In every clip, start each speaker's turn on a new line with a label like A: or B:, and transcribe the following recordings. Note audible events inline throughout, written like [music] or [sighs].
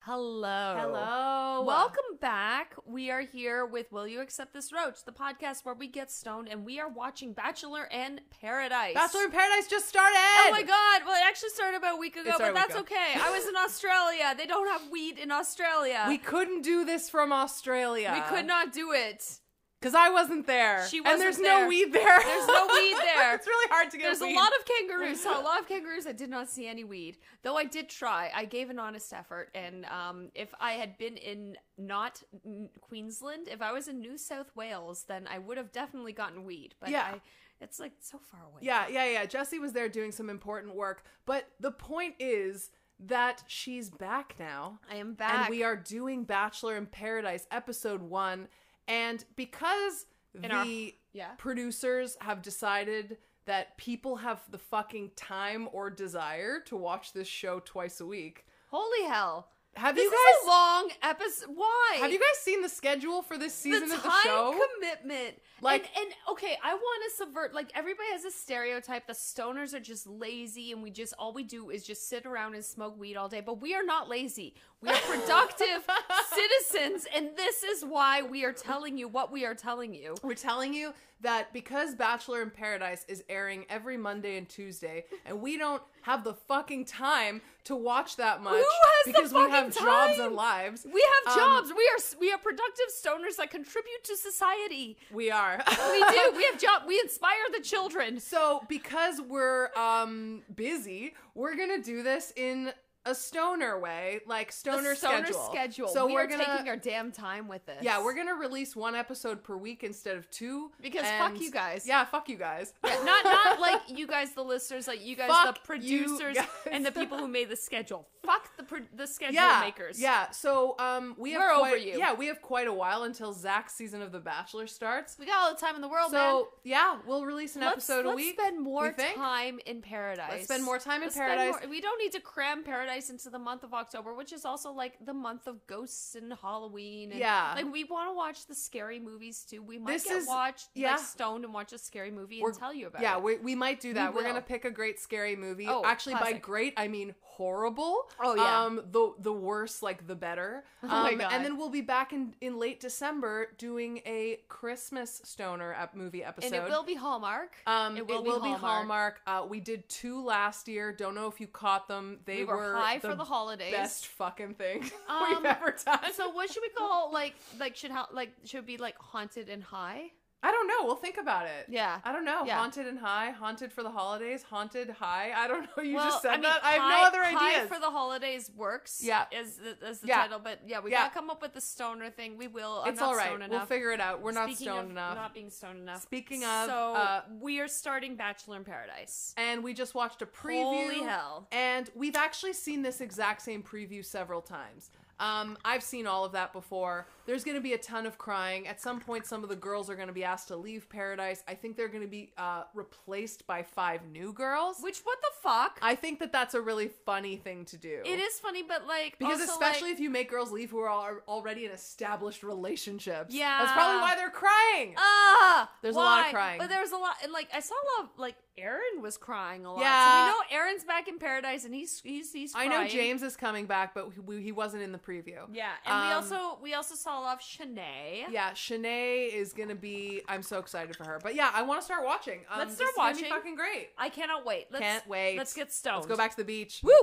A: Hello.
B: Hello.
A: Welcome back. We are here with Will You Accept This Roach, the podcast where we get stoned and we are watching Bachelor and Paradise.
B: Bachelor in Paradise just started.
A: Oh my god. Well, it actually started about a week ago,
B: started
A: but
B: a week
A: that's
B: ago.
A: okay. I was
B: [laughs]
A: in Australia. They don't have weed in Australia.
B: We couldn't do this from Australia.
A: We could not do it.
B: because I wasn't there.
A: She
B: and
A: wasn't
B: there's
A: there.
B: no weed there.
A: There's no weed there.
B: [laughs] it's really hard to get.
A: There's a
B: weed.
A: lot of kangaroos.
B: [laughs]
A: Saw a lot of kangaroos. I did not see any weed, though. I did try. I gave an honest effort, and um, if I had been in not n- Queensland, if I was in New South Wales, then I would have definitely gotten weed. But
B: Yeah.
A: I, it's like so far away.
B: Yeah, yeah, yeah. Jesse was there doing some important work, but the point is that she's back now.
A: I am back.
B: And we are doing Bachelor in Paradise episode 1 and because
A: In our-
B: the
A: yeah.
B: producers have decided that people have the fucking time or desire to watch this show twice a week.
A: Holy hell!
B: Have
A: This
B: you
A: is a
B: guys
A: long episode. Why?
B: have you guys seen the schedule for this season
A: the
B: of
A: time
B: the show?
A: commitment like
B: Like-
A: and, and okay i want to subvert like everybody has a stereotype the stoners are just lazy and we just all we do is just sit around and smoke weed all day but we are not lazy we are
B: [laughs]
A: productive citizens and this is why we are telling you what we are telling you
B: We're telling you that because Bachelor in Paradise is airing every Monday and Tuesday, and we don't have the fucking time to watch that much
A: has the
B: because we
A: fucking
B: have jobs
A: time?
B: and lives.
A: we have
B: Um,
A: jobs we are s- we are productive stoners that contribute to society
B: We are.
A: we do we have job we inspire the children
B: so because we're um busy, we're gonna do this in a stoner way, like stoner,
A: The stoner
B: schedule.
A: schedule.
B: So
A: we
B: we're
A: are
B: gonna
A: taking our damn time with this
B: yeah, we're gonna release one episode per week instead of two
A: Because
B: and-
A: fuck you guys.
B: Yeah, fuck you guys.
A: Yeah, not not like you guys, the listeners, like you guys, the
B: Fuck you
A: producers
B: guys.
A: and the people who made the schedule. Fuck the pro- the schedule
B: yeah,
A: makers.
B: Yeah. So um, we have
A: We're over
B: quite,
A: you.
B: Yeah, we have quite a while until Zach's season of The Bachelor starts.
A: we got all the time in the world,
B: so
A: man.
B: yeah, we'll release an
A: Let's,
B: episode a
A: let's
B: week.
A: spend
B: we
A: more
B: think.
A: time in paradise.
B: Let's spend more time in
A: Let's spend
B: paradise.
A: more- we don't need to cram paradise into the month of October, which is also like the month of ghosts and Halloween. And,
B: Yeah.
A: like we want to watch the scary movies too. We might
B: This
A: get
B: is-
A: watched,
B: yeah.
A: like stoned and watch a scary movie
B: We're-
A: and tell you about
B: yeah,
A: it.
B: we, we might do that.
A: We
B: are gonna
A: will.
B: pick a great scary movie.
A: Oh,
B: Actually, by
A: classic.
B: great I mean horrible.
A: Oh, yeah. Oh
B: Um, the the worse, like the better.
A: [laughs]
B: Um,
A: my God.
B: And then we'll be back in in late December doing a Christmas stoner ep- movie episode.
A: and it will be Hallmark.
B: Um,
A: it will, be Hallmark.
B: Hallmark. Uh, we did two last year. Don't know if you caught them. They
A: We were high for the holidays.
B: Best fucking thing [laughs]
A: Um,
B: we've ever done.
A: So what should we call like like should ha- like should be like haunted and high?
B: I don't know. We'll think about it.
A: Yeah.
B: I don't know.
A: Yeah.
B: Haunted and high. Haunted for the holidays. Haunted high. I don't know. [laughs] You
A: Well,
B: just said
A: I mean,
B: that. I have
A: high-
B: no other
A: high
B: ideas.
A: for the holidays works.
B: Yeah.
A: is the, is the
B: Yeah.
A: title. But yeah, we
B: Yeah.
A: gotta come up with the stoner thing. We will. I'm
B: it's
A: not
B: all right.
A: stoned
B: We'll
A: enough.
B: figure it out. We're not
A: Speaking
B: stoned
A: of
B: enough.
A: Not being stoned enough.
B: Speaking of,
A: so
B: uh,
A: we are starting Bachelor in Paradise.
B: and we just watched a preview.
A: Holy hell.
B: And we've actually seen this exact same preview several times. Um, I've seen all of that before. There's going to be a ton of crying. At some point, some of the girls are going to be asked to leave Paradise. I think they're going to be uh, replaced by five new girls.
A: Which what the fuck?
B: I think that that's a really funny thing to do.
A: it is funny, but like
B: Because
A: also,
B: especially
A: like,
B: if you make girls leave who are al- already in established relationships. That's
A: Yeah.
B: probably why they're crying.
A: Ah,
B: There's a lot of
A: why?
B: crying.
A: But there's a lot, and like I saw a lot. Of, like Aaron was crying a lot.
B: Yeah.
A: So we know Aaron's back in paradise, and he's he's he's.
B: I know
A: crying.
B: James is coming back, but he, he wasn't in the preview.
A: Yeah, and we
B: Um,
A: also we also saw a lot of Shanae.
B: Yeah, Shanae is gonna be. I'm so excited for her. But yeah, I want to start watching. Um,
A: Let's
B: this
A: start
B: is gonna be
A: watching.
B: fucking great.
A: I cannot wait. Let's,
B: Can't wait.
A: Let's get stoned.
B: Let's go back to the beach.
A: Woo!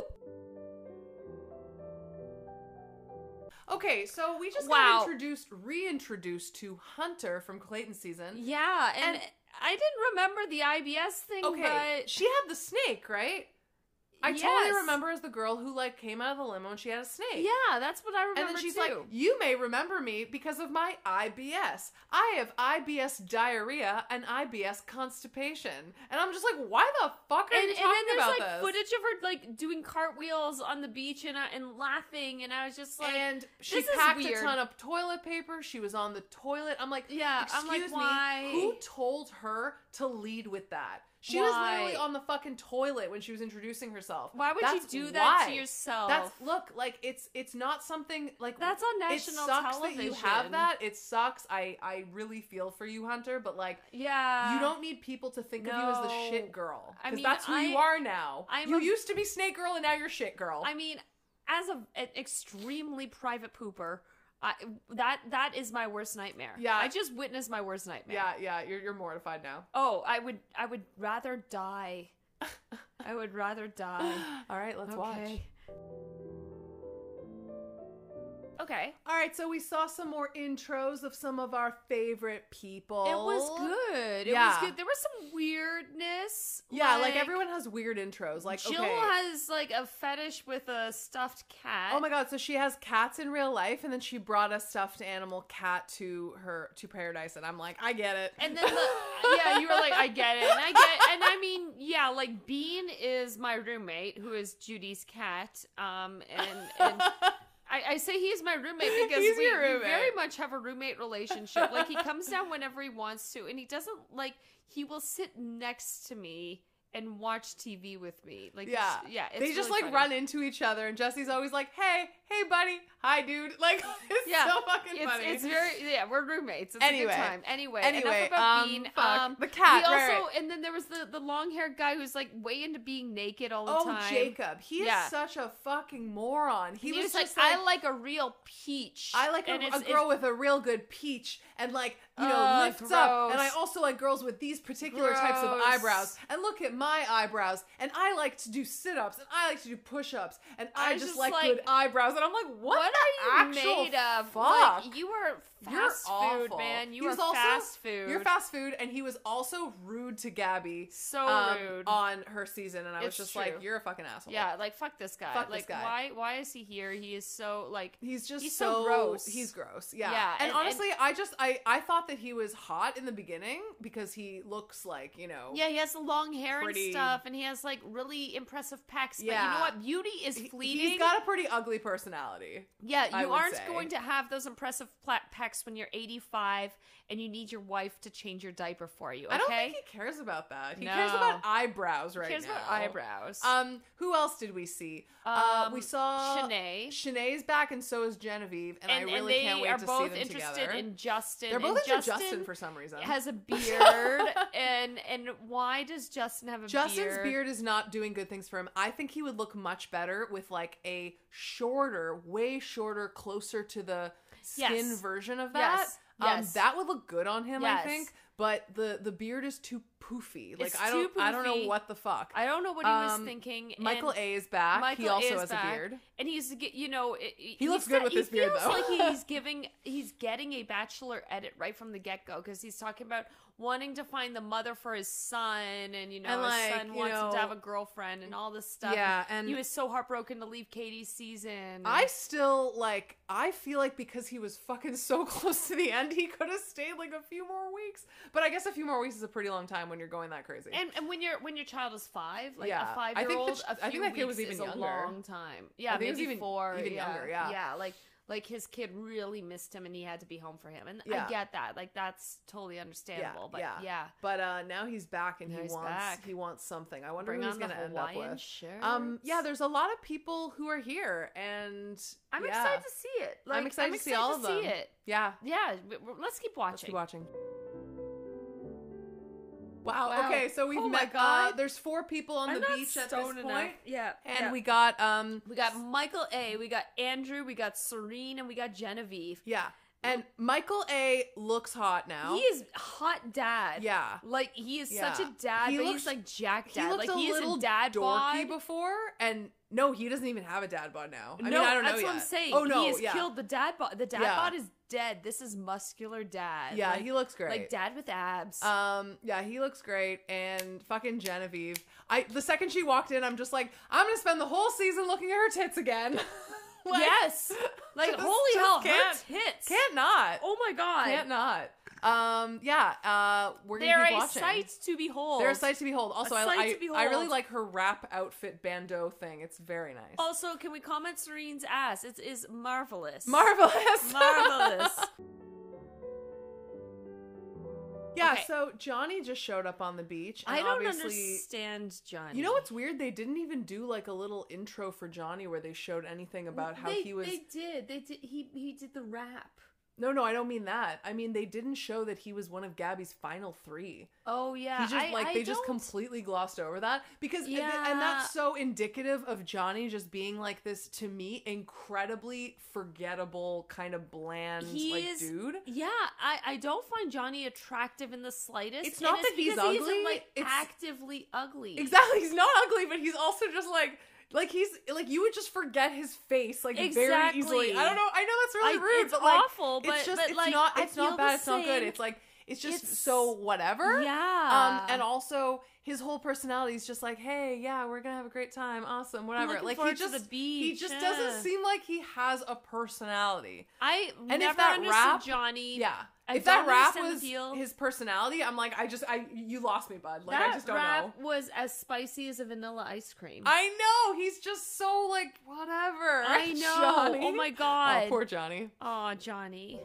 B: Okay, so we just
A: Wow.
B: got introduced, reintroduced to Hunter from Clayton season.
A: Yeah, and,
B: And-
A: I didn't remember the IBS thing,
B: Okay,
A: but
B: she had the snake, right? I
A: Yes.
B: totally remember as the girl who like came out of the limo and she had a snake.
A: Yeah, that's what I remember
B: And then she's
A: too.
B: like, "You may remember me because of my IBS. I have IBS diarrhea and IBS constipation." And I'm just like, "Why the fuck are
A: and,
B: you
A: and
B: talking
A: then there's
B: about
A: like
B: this?"
A: footage of her like doing cartwheels on the beach and I and laughing, and I was just like,
B: and she
A: this is
B: packed
A: weird.
B: a ton of toilet paper. She was on the toilet. I'm like,
A: Yeah, I'm like,
B: excuse
A: why?
B: me, who told her to lead with that? She was literally
A: Why?
B: on the fucking toilet when she was introducing herself.
A: why would
B: That's
A: you do that
B: why.
A: to yourself?
B: That's look like it's it's not something like
A: That's on
B: it
A: national
B: sucks
A: television.
B: that you have that. It sucks. I I really feel for you, Hunter, but like.
A: Yeah.
B: You don't need people to think of you as the
A: no.
B: shit girl.
A: I
B: Because
A: mean,
B: that's who you
A: I-
B: are now.
A: I'm
B: you
A: a-
B: used to be snake girl and now you're shit girl.
A: I mean, as a, an extremely private pooper, I, that that is my worst nightmare.
B: Yeah.
A: I just witnessed my worst nightmare.
B: Yeah, yeah, you're, you're mortified [sighs] now.
A: Oh, I would I would rather die. I would rather die.
B: Um, All right, let's [laughs] watch.
A: okay. Okay.
B: All right, so we saw some more intros of some of our favorite people.
A: It was good. It
B: Yeah.
A: was good. There was some weirdness.
B: Yeah, like, everyone has weird intros. Like,
A: Jill
B: okay.
A: has like a fetish with a stuffed cat.
B: Oh my god, so she has cats in real life and then she brought a stuffed animal cat to her to paradise and I'm like, I get it.
A: And then the, yeah, you were like, I get it, and I get, and I mean, yeah, like Bean is my roommate, who is Judy's cat, um, and, and I, I say he's my roommate because
B: [laughs] He's
A: we,
B: your
A: we
B: roommate.
A: very much have a roommate relationship. Like he comes down whenever he wants to, and he doesn't like he will sit next to me and watch TV with me. Like
B: Yeah.
A: it's, yeah, it's
B: they just
A: really
B: like
A: funny.
B: run into each other and Jesse's always like, "Hey, hey buddy. Hi dude." [laughs] Like it's
A: Yeah.
B: so fucking
A: It's,
B: funny.
A: it's very yeah we're roommates it's
B: Anyway.
A: a good time anyway, enough
B: Anyway,
A: about
B: um,
A: Bean
B: fuck.
A: um
B: The cat,
A: we
B: right,
A: also and then there was the the long haired guy who's like way into being naked all the
B: oh,
A: time
B: Jacob. He
A: Yeah.
B: is such a fucking moron. He,
A: he, was,
B: just
A: like, I like a real peach
B: I like a,
A: And it's-
B: a girl with a real good peach and like you know
A: Ugh,
B: lifts up, and I
A: gross.
B: also like girls with these particular types of
A: Gross.
B: eyebrows. And look at my eyebrows, and I like to do sit ups, and I like to do push ups, and I,
A: I
B: just,
A: just
B: like,
A: like-
B: good eyebrows. And I'm like, what,
A: what
B: the
A: are you
B: actual
A: made of?
B: Fuck.
A: Like, you are
B: You're
A: fast food,
B: awful.
A: man. You
B: He
A: are
B: was also-
A: fast food.
B: You're fast food, and he was also rude to Gabby
A: So
B: um,
A: rude.
B: on her season, and I was
A: It's
B: just
A: true.
B: like, you're a fucking asshole.
A: yeah, like fuck this guy.
B: Fuck this
A: like
B: guy.
A: why why is he here? He is so like
B: He's just
A: He's
B: so,
A: so gross.
B: He's gross. Yeah.
A: Yeah,
B: and,
A: and-
B: honestly, I just I I thought that he was hot in the beginning because he looks like you know.
A: yeah, he has the long hair
B: Pretty-
A: and stuff, and he has like really impressive pecs. But you
B: Yeah.
A: know what? Beauty is
B: he-
A: fleeting.
B: He's got a pretty ugly personality.
A: Yeah,
B: I
A: you
B: would
A: aren't
B: say.
A: going to have those impressive pla- pecs when you're 85 and you need your wife to change your diaper for you. Okay,
B: I don't think he cares about that. He cares
A: No.
B: about eyebrows right
A: cares
B: now.
A: about eyebrows.
B: Um, who else did we see? uh, we
A: Um,
B: saw
A: Shanae.
B: Shanae's back, and so is Genevieve, and,
A: and,
B: I really
A: and they
B: can't wait
A: are
B: to
A: both
B: see them
A: interested
B: together.
A: in Justin.
B: They're both
A: and
B: into
A: Justin,
B: Justin for some reason.
A: has a
B: [laughs]
A: beard, and and why does Justin have a
B: Justin's
A: beard?
B: beard is not doing good things for him. I think he would look much better with like a shorter, way shorter, closer to the skin
A: Yes.
B: version of that.
A: Yes.
B: Um,
A: Yes.
B: that would look good on him, I
A: Yes.
B: think. But the the beard is too poofy. Like
A: It's
B: I don't
A: too
B: I don't know
A: poofy.
B: what the fuck.
A: I don't know what he
B: Um,
A: was thinking.
B: Michael
A: and
B: A is back.
A: Michael
B: he also
A: is
B: has
A: back,
B: a beard.
A: and he's ge- you know it,
B: He looks good with
A: he
B: his beard,
A: feels
B: though. [laughs]
A: like he's giving he's getting a bachelor edit right from the get go because he's talking about wanting to find the mother for his son, and you know
B: And,
A: his
B: like,
A: son
B: you
A: wants him
B: know-
A: to have a girlfriend and all this stuff.
B: Yeah, and-
A: he was so heartbroken to leave Katie's season.
B: I still like I feel like because he was fucking so [laughs] close to the end, he could have stayed like a few more weeks. But I guess a few more weeks is a pretty long time when you're going that crazy.
A: and, and when your when your child is five, like
B: Yeah.
A: a
B: I
A: five
B: think
A: year old,
B: that sh-
A: a
B: I
A: few
B: think that kid was
A: weeks
B: even
A: is
B: younger.
A: a long time. Yeah,
B: I think it was
A: maybe
B: even-
A: four,
B: even
A: yeah.
B: younger, yeah.
A: yeah, like like his kid really missed him, and he had to be home for him. And
B: Yeah.
A: I get that, like that's totally understandable. but
B: yeah.
A: yeah,
B: But uh, now he's back and
A: Now
B: he
A: he's
B: wants
A: back.
B: he wants something. I wonder
A: bring
B: who he's
A: on the
B: gonna end up
A: Hawaiian
B: with.
A: shirt.
B: Um, yeah, there's a lot of people who are here, and
A: I'm
B: yeah.
A: excited to see it. Like,
B: I'm excited to see all of them.
A: it.
B: yeah,
A: Yeah, w- w- let's keep watching.
B: let's keep watching. Wow.
A: Wow.
B: Okay, so we've
A: Oh my
B: met. Uh,
A: God.
B: there's four people on
A: I'm
B: the
A: not
B: beach at this
A: stoned
B: point,
A: enough. Yeah,
B: and
A: yeah.
B: we got um,
A: we got Michael A, we got Andrew, we got Serene, and we got Genevieve.
B: yeah, and Michael A looks hot now.
A: He is hot dad.
B: yeah.
A: Like he is such
B: Yeah.
A: a dad,
B: He
A: but
B: looks-
A: he's like Jack
B: He
A: dad.
B: looked
A: like
B: a
A: he is
B: little
A: in dad
B: dorky
A: bod.
B: before, and no, he doesn't even have a dad bod now. I
A: no,
B: mean, I don't know
A: that's what I'm
B: yet.
A: saying.
B: Oh no,
A: he has
B: yeah,
A: killed the dad bod. The dad
B: Yeah.
A: bod is dead. This is muscular dad.
B: yeah,
A: like,
B: he looks great.
A: like dad with abs.
B: Um, yeah, he looks great, and fucking Genevieve. I the second she walked in, I'm just like, I'm gonna spend the whole season looking at her tits again. [laughs] Like,
A: yes, [laughs] like
B: just-
A: holy
B: just
A: hell,
B: can't-
A: her tits.
B: can't not,
A: Oh my god,
B: can't not. Um, yeah, uh, we're gonna
A: They're
B: keep
A: a
B: watching.
A: sight to behold.
B: They're a sight to behold. Also, I,
A: sight
B: I,
A: to behold.
B: I really like her wrap outfit bandeau thing. It's very nice.
A: Also, can we comment Serene's ass? It is marvelous.
B: [laughs]
A: [laughs]
B: Marvelous.
A: marvelous.
B: yeah.
A: Okay.
B: So Johnny just showed up on the beach. And
A: I don't
B: obviously,
A: understand Johnny.
B: You know what's weird? They didn't even do like a little intro for Johnny where they showed anything about how
A: they,
B: he was
A: They did. They did. He he did the rap.
B: No, no, I don't mean that. I mean they didn't show that he was one of Gabby's final three.
A: Oh yeah,
B: He just
A: I-
B: like
A: I
B: they just
A: don't-
B: completely glossed over that because and- and
A: Yeah.
B: that's so indicative of Johnny just being like this to me incredibly forgettable kind of bland
A: He
B: like
A: is-
B: dude.
A: Yeah, I, I don't find Johnny attractive in the slightest.
B: It's not
A: and
B: that he's
A: because he
B: ugly,
A: isn't, like
B: it's-
A: actively ugly.
B: Exactly, he's not ugly, but he's also just like like he's like you would just forget his face like very easily.
A: Exactly.
B: I don't know. I know that's really
A: I-
B: rude,
A: it's
B: but like
A: awful, but-
B: it's just
A: but,
B: it's
A: like,
B: not
A: I
B: it's not
A: feel the
B: bad. It's not good.
A: same.
B: It's like it's just
A: It's-
B: so whatever.
A: Yeah.
B: Um, and also his whole personality is just like, hey, yeah, we're gonna have a great time, awesome, whatever.
A: looking
B: Like he
A: forward to
B: just
A: the
B: he
A: beach,
B: just
A: yeah.
B: doesn't seem like he has a personality.
A: I
B: if
A: never
B: that
A: understood
B: rap-
A: Johnny.
B: Yeah.
A: I
B: if that
A: don't
B: rap
A: understand the
B: was
A: deal.
B: his personality, I'm like, I just I you lost me, bud. Like
A: that
B: I just don't know.
A: rap was as spicy as a vanilla ice cream.
B: I know he's just so like whatever.
A: I
B: [laughs]
A: know.
B: Johnny.
A: Oh my
B: Oh,
A: god.
B: poor Johnny.
A: Aw, Johnny.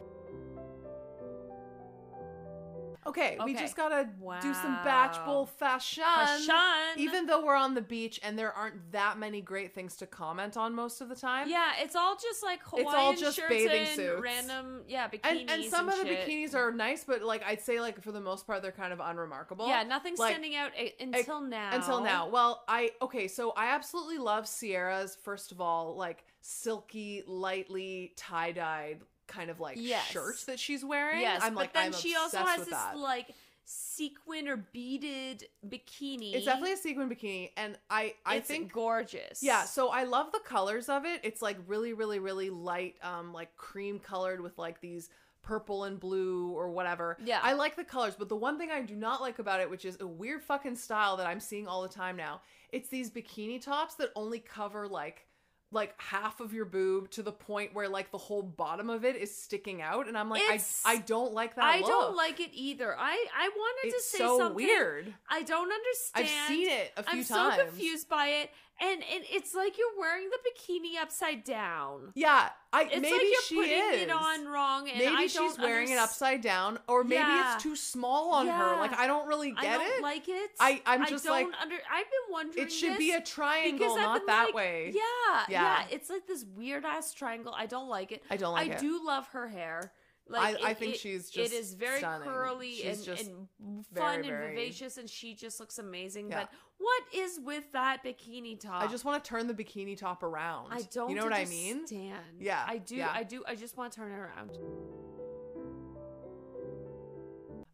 B: Okay, we
A: Okay.
B: just gotta do some batch
A: Wow.
B: bowl fashion.
A: Um, Sean.
B: Even though we're on the beach and there aren't that many great things to comment on most of the time.
A: yeah, it's all just like Hawaiian
B: all just
A: shirts
B: bathing
A: and
B: suits.
A: random yeah bikinis
B: And, and some of the
A: shit.
B: bikinis are nice, but like I'd say, like for the most part, they're kind of unremarkable.
A: yeah nothing
B: Like,
A: standing out a- until now
B: Until now. Well, I okay, so I absolutely love Sierra's first of all, like silky, lightly tie-dyed kind of like
A: Yes.
B: shirt that she's wearing.
A: Yes,
B: I'm
A: but
B: like,
A: then
B: I'm
A: she also
B: obsessed
A: has
B: with
A: this
B: that.
A: like sequin or beaded bikini.
B: It's definitely a sequin bikini, and I I
A: It's
B: think
A: gorgeous.
B: yeah. So I love the colors of it. It's like really, really, really light, um, like cream colored with like these purple and blue or whatever.
A: Yeah.
B: I like the colors, but the one thing I do not like about it, which is a weird fucking style that I'm seeing all the time now, it's these bikini tops that only cover like like half of your boob to the point where like the whole bottom of it is sticking out and I'm like
A: It's-
B: I I don't like that
A: I don't
B: look.
A: like it either. I I wanted
B: it's
A: to say
B: so
A: something.
B: weird.
A: I don't understand.
B: I've seen it a few
A: I'm
B: times.
A: so confused by it, and and it's like you're wearing the bikini upside down.
B: Yeah, I
A: It's
B: maybe
A: like you're
B: she
A: putting
B: is.
A: it on wrong, and
B: maybe
A: I
B: she's
A: don't
B: wearing it
A: underst-
B: upside down, or maybe
A: Yeah.
B: it's too small on her.
A: Yeah.
B: Like I don't really get
A: I don't
B: it.
A: like it.
B: I- I'm just
A: I don't
B: like,
A: under. I've been wondering.
B: it should
A: this
B: be a
A: because
B: triangle,
A: I've
B: not
A: been
B: that
A: like-
B: way.
A: Yeah,
B: Yeah.
A: yeah, It's like this weird ass triangle. I don't like it.
B: I don't like
A: I
B: it.
A: do love her hair. Like
B: I- I
A: it-
B: think
A: it-
B: she's
A: it
B: just
A: is very
B: stunning.
A: curly
B: She's
A: and,
B: just
A: and
B: very,
A: fun
B: very-
A: and vivacious, and she just looks amazing.
B: Yeah.
A: But what is with that bikini top?
B: I just want to turn the bikini top around.
A: I don't.
B: You know what I mean?
A: understand.
B: Yeah,
A: I do.
B: yeah.
A: I do. I just want to turn it around.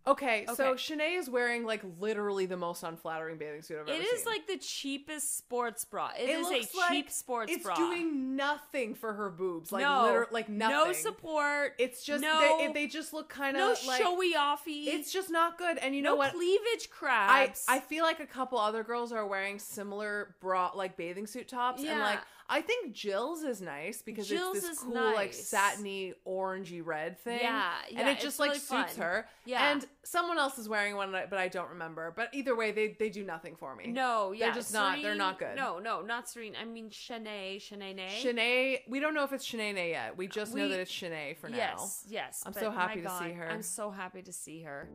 B: Okay, so
A: Okay.
B: Shanae is wearing like literally the most unflattering bathing suit I've
A: It
B: ever
A: is
B: seen.
A: like the cheapest sports bra. it
B: It
A: is
B: looks
A: a
B: like
A: cheap sports
B: it's
A: bra.
B: doing nothing for her boobs. Like
A: no,
B: liter- like nothing.
A: No support.
B: It's just
A: no.
B: they, they just look kind of
A: no
B: like
A: showy offy.
B: it's just not good. And you know
A: no
B: what?
A: cleavage
B: I,
A: crabs.
B: I feel like a couple other girls are wearing similar bra like bathing suit tops and
A: Yeah.
B: like I think Jill's is nice because
A: Jill's
B: it's this
A: is
B: cool like
A: nice.
B: satiny orangey red thing.
A: Yeah,
B: and
A: yeah,
B: it just
A: it's
B: like
A: really
B: suits
A: fun.
B: her.
A: Yeah.
B: and someone else is wearing one, but I don't remember. But either way, they they do nothing for me.
A: no, yeah,
B: they're just not- they're not
A: Serene-
B: good.
A: No, no, not Serene. I mean Shanae, Shanae, Nay.
B: Shanae, we don't know if it's Shanae yet. We just know
A: We-
B: that it's Shanae for now.
A: Yes, yes.
B: I'm
A: but
B: so
A: my
B: happy to see
A: God,
B: her.
A: I'm so happy to see her.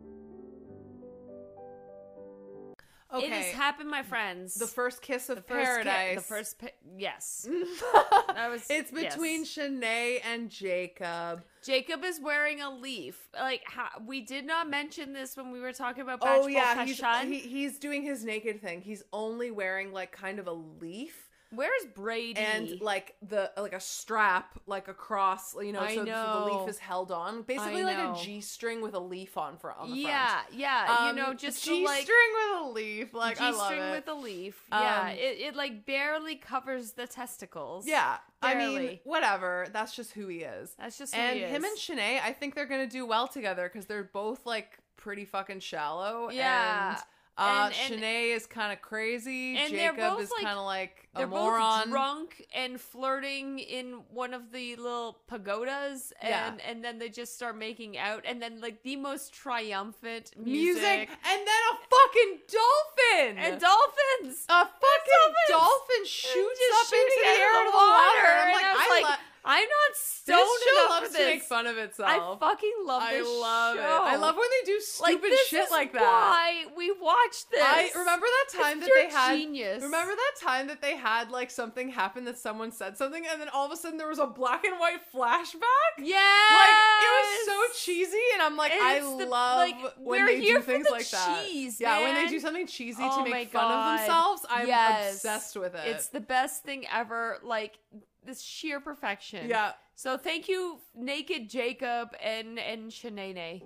B: Okay,
A: It has happened, my friends.
B: the first kiss of
A: The first ki-
B: paradise.
A: the first. Pi-
B: [laughs]
A: yes.
B: that
A: was-
B: it's between
A: yes.
B: Shanae and Jacob.
A: Jacob is wearing a leaf. Like how, we did not mention this when we were talking about.
B: Mm. Oh
A: Batch
B: yeah,
A: Ball
B: he's,
A: Fashion.
B: he, he's doing his naked thing. He's only wearing like kind of a leaf
A: Where's Brady?
B: and like the like a strap like across, you know,
A: I
B: so, so the
A: know.
B: leaf is held on. Basically like a
A: know.
B: G string with a leaf on for on the
A: yeah,
B: front.
A: yeah.
B: Um,
A: you know, just to,
B: G string
A: like
B: with a leaf, like I love
A: G-string
B: it.
A: with a leaf. yeah,
B: Um,
A: it, it like barely covers the testicles.
B: yeah, I mean,
A: Barely.
B: whatever. That's just who he is.
A: that's just who
B: and
A: he
B: him
A: is.
B: and Shanae, I think they're gonna do well together because they're both like pretty fucking shallow.
A: Yeah.
B: And, uh,
A: And- and-
B: Shanae is kind of crazy.
A: And they're
B: Jacob
A: both,
B: is
A: like-
B: kind of like a
A: They're
B: moron.
A: both drunk and flirting in one of the little pagodas, and
B: Yeah.
A: and then they just start making out, and then like the most triumphant
B: Music.
A: music,
B: and then a fucking dolphin.
A: and dolphins.
B: a fucking
A: dolphins.
B: dolphin shoots
A: Just
B: up into
A: shooting
B: the
A: out
B: air
A: of
B: out of the
A: water,
B: water. I'm
A: and
B: like,
A: I was like, I'm not stoned
B: this show
A: enough
B: loves
A: for
B: to make
A: this.
B: fun of
A: I
B: itself.
A: fucking love
B: I
A: this
B: love
A: show.
B: it. I love when they do
A: like,
B: stupid
A: this
B: shit
A: is
B: like that.
A: Why we watched this?
B: I remember that time that
A: You're
B: they had.
A: genius.
B: Remember that time that they had like something happen that someone said something and then all of a sudden there was a black and white flashback?
A: Yeah,
B: Like it was so cheesy and I'm like
A: And
B: I
A: it's the-
B: love
A: like,
B: when
A: we're
B: they
A: here
B: do
A: for
B: things
A: the
B: like that.
A: cheese,
B: yeah, when
A: man.
B: they do something cheesy
A: Oh
B: to
A: my
B: make fun
A: God.
B: of themselves, I'm
A: Yes.
B: obsessed with it.
A: It's the best thing ever. Like this sheer perfection.
B: yeah.
A: So thank you, Naked Jacob and and Shanae.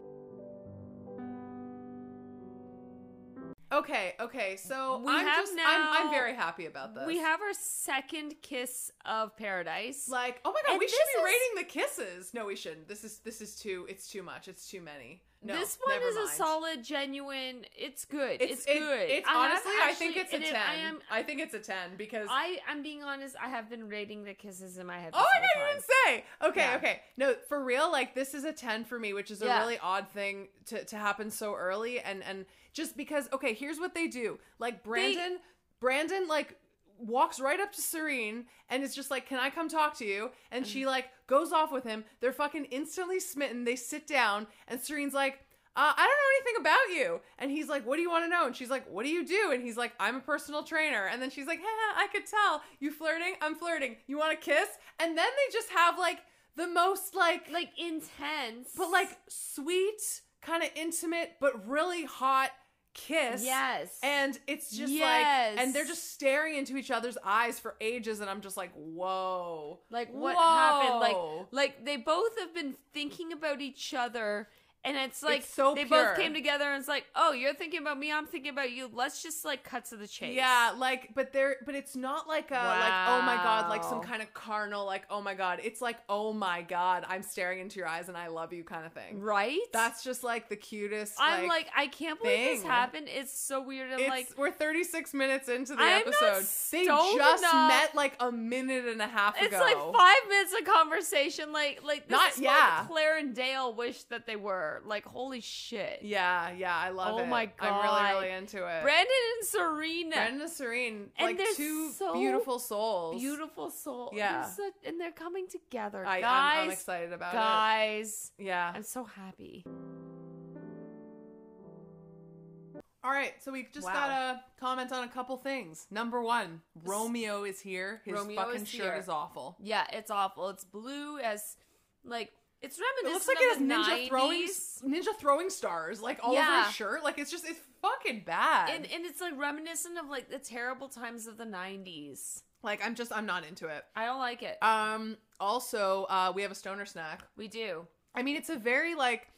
B: Okay, okay. So
A: We
B: I'm
A: have
B: just I'm,
A: now-
B: I'm very happy about this.
A: We have our second kiss of paradise.
B: like oh my god,
A: And
B: we should
A: this
B: be
A: is-
B: rating the kisses. No, we shouldn't. This is this is too it's too much. It's too many. No,
A: this one
B: never
A: is
B: mind.
A: a solid, genuine. It's good.
B: It's,
A: It's,
B: it-
A: good.
B: It's
A: I have
B: honestly, I think
A: actually-
B: it's a
A: and it-
B: ten.
A: I am.
B: I think it's a ten because
A: I I'm being honest. I have been rating the kisses in my head.
B: Oh my
A: this
B: god,
A: whole
B: you
A: time.
B: didn't say. Okay,
A: Yeah.
B: okay. No, for real, like this is a 10 for me, which is a
A: Yeah.
B: really odd thing to, to happen so early and and just because okay, here's what they do. Like Brandon Brandon like walks right up to Serene and is just like, "Can I come talk to you?" And she like goes off with him. They're fucking instantly smitten. They sit down and Serene's like, uh, I don't know anything about you. And he's like, What do you want to know? And she's like, What do you do? And he's like, I'm a personal trainer. And then she's like, Haha, I could tell. You flirting? I'm flirting. You want to kiss? And then they just have like the most like,
A: Like intense,
B: but like sweet, kind of intimate, but really hot kiss.
A: yes,
B: And it's just
A: Yes.
B: like, and they're just staring into each other's eyes for ages. And I'm just like, Whoa.
A: like what
B: Whoa.
A: happened? Like like they both have been thinking about each other, and it's like
B: It's so
A: they
B: pure.
A: both came together, and it's like, oh, you're thinking about me, I'm thinking about you. Let's just like cut to the chase.
B: Yeah, like, but there, but it's not like a like oh my god, like some
A: Wow.
B: kind of carnal like oh my god. It's like oh my god, I'm staring into your eyes and I love you kind of thing.
A: right.
B: That's just like the cutest.
A: I'm like, I can't believe this
B: thing.
A: happened. It's so weird. I'm
B: it's,
A: like,
B: we're 36 minutes into the
A: I'm not
B: episode. They
A: stoned
B: just
A: enough.
B: met like a minute and a half
A: It's
B: ago.
A: like five minutes of conversation. Like, like this
B: Not-
A: is what
B: yeah.
A: Claire and Dale wish that they were. Like, holy shit.
B: yeah, yeah, I love
A: Oh
B: it.
A: my
B: I'm
A: God.
B: really, really into it.
A: Brandon and Serena,
B: Brandon and Serene,
A: And
B: like
A: they're
B: two
A: so
B: beautiful souls.
A: beautiful soul.
B: Yeah.
A: They're such- and they're coming together,
B: I,
A: guys.
B: I'm, I'm excited about
A: guys,
B: it. Yeah.
A: I'm so happy.
B: All right, so we just
A: Wow.
B: gotta comment on a couple things. Number one, Romeo is here. His
A: Romeo
B: fucking
A: is
B: shirt
A: here.
B: is awful.
A: Yeah, it's awful. It's blue as, like, it's
B: It
A: reminiscent
B: looks like
A: of
B: it has
A: the
B: ninja
A: 90s.
B: throwing ninja throwing stars like all over
A: Yeah.
B: his shirt. Like it's just it's fucking bad.
A: And, and it's like reminiscent of like the terrible times of the 90s.
B: like I'm just I'm not into it.
A: I don't like it.
B: Um. Also, uh, we have a stoner snack.
A: we do.
B: I mean, it's a very like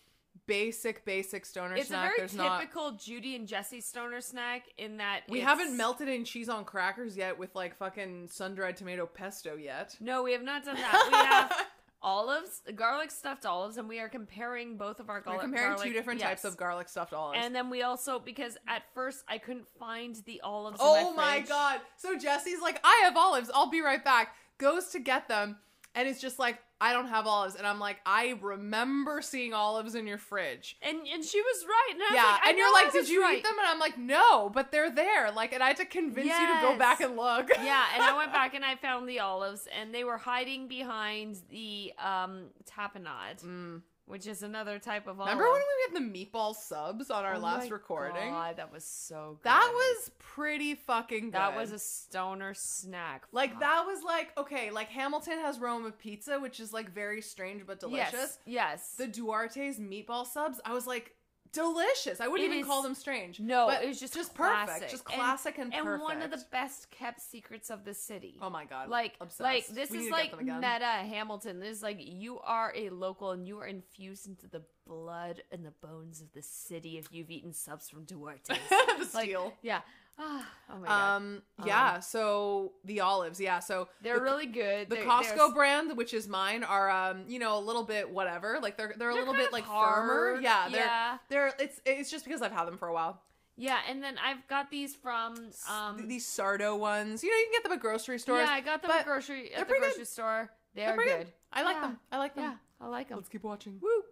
B: basic, basic stoner
A: It's
B: snack.
A: a very
B: There's not.
A: typical Judy and Jesse Stoner snack in that
B: We
A: it's-
B: haven't melted in cheese on crackers yet with like fucking sun dried tomato pesto yet.
A: No, we have not done that. We have
B: [laughs]
A: olives, garlic stuffed olives, and we are comparing both of our
B: We're
A: garlic.
B: comparing two
A: garlic-
B: different
A: yes.
B: types of garlic stuffed olives.
A: And then we also because at first I couldn't find the olives.
B: Oh
A: in my,
B: my
A: fridge.
B: god. So Jesse's like, I have olives. I'll be right back. Goes to get them and it's just like, I don't have olives. And I'm like, I remember seeing olives in your fridge.
A: And and she was right. And I was
B: yeah.
A: like, I
B: and you're
A: know I
B: like, did
A: was
B: you
A: right.
B: eat them? And I'm like, no, but they're there. Like, and I had to convince you to
A: Yes.
B: go back and
A: [laughs]
B: look.
A: yeah, and I went back and I found the olives, and they were hiding behind the um tapenade,
B: Mm.
A: which is another type of olive.
B: [laughs] Remember when we had the meatball subs on our
A: Oh my
B: last recording?
A: God, that was so good.
B: That was pretty fucking good.
A: that was a stoner snack.
B: like
A: Fuck.
B: that was like okay, like Hamilton has Roma pizza, which is like very strange but delicious.
A: Yes. yes.
B: the Duarte's meatball subs, I was like, delicious. I
A: It
B: wouldn't even
A: is-
B: call them strange.
A: no,
B: but
A: it was just
B: just
A: classic.
B: perfect, just
A: And-
B: classic and,
A: and
B: perfect.
A: one of the best kept secrets of the city.
B: oh my god,
A: like,
B: obsessed.
A: like this
B: We
A: is
B: need to get
A: like
B: them again.
A: meta Hamilton. This is like you are a local and you are infused into the blood and the bones of the city if you've eaten subs from
B: [laughs]
A: Duarte's.
B: [laughs] the
A: Like,
B: steel.
A: yeah. Ah, oh my god.
B: Um, yeah. So the olives, yeah. So
A: they're
B: the,
A: really good.
B: the
A: They're-
B: Costco
A: they're-
B: brand, which is mine, are um, you know, a little bit whatever. Like they're they're
A: They're
B: a little
A: kind
B: bit
A: of
B: like firmer.
A: hard.
B: Yeah, they're
A: Yeah.
B: they're it's it's just because I've had them for a while.
A: yeah, and then I've got these from um
B: These Sardo ones, you know, you can get them at grocery stores.
A: Yeah, I got them at
B: but
A: grocery
B: they're
A: at the
B: pretty good.
A: grocery store. They're,
B: They're pretty Mm.
A: good.
B: I like
A: Yeah.
B: them. I like them.
A: Yeah, I like them.
B: Let's keep watching.
A: Woo.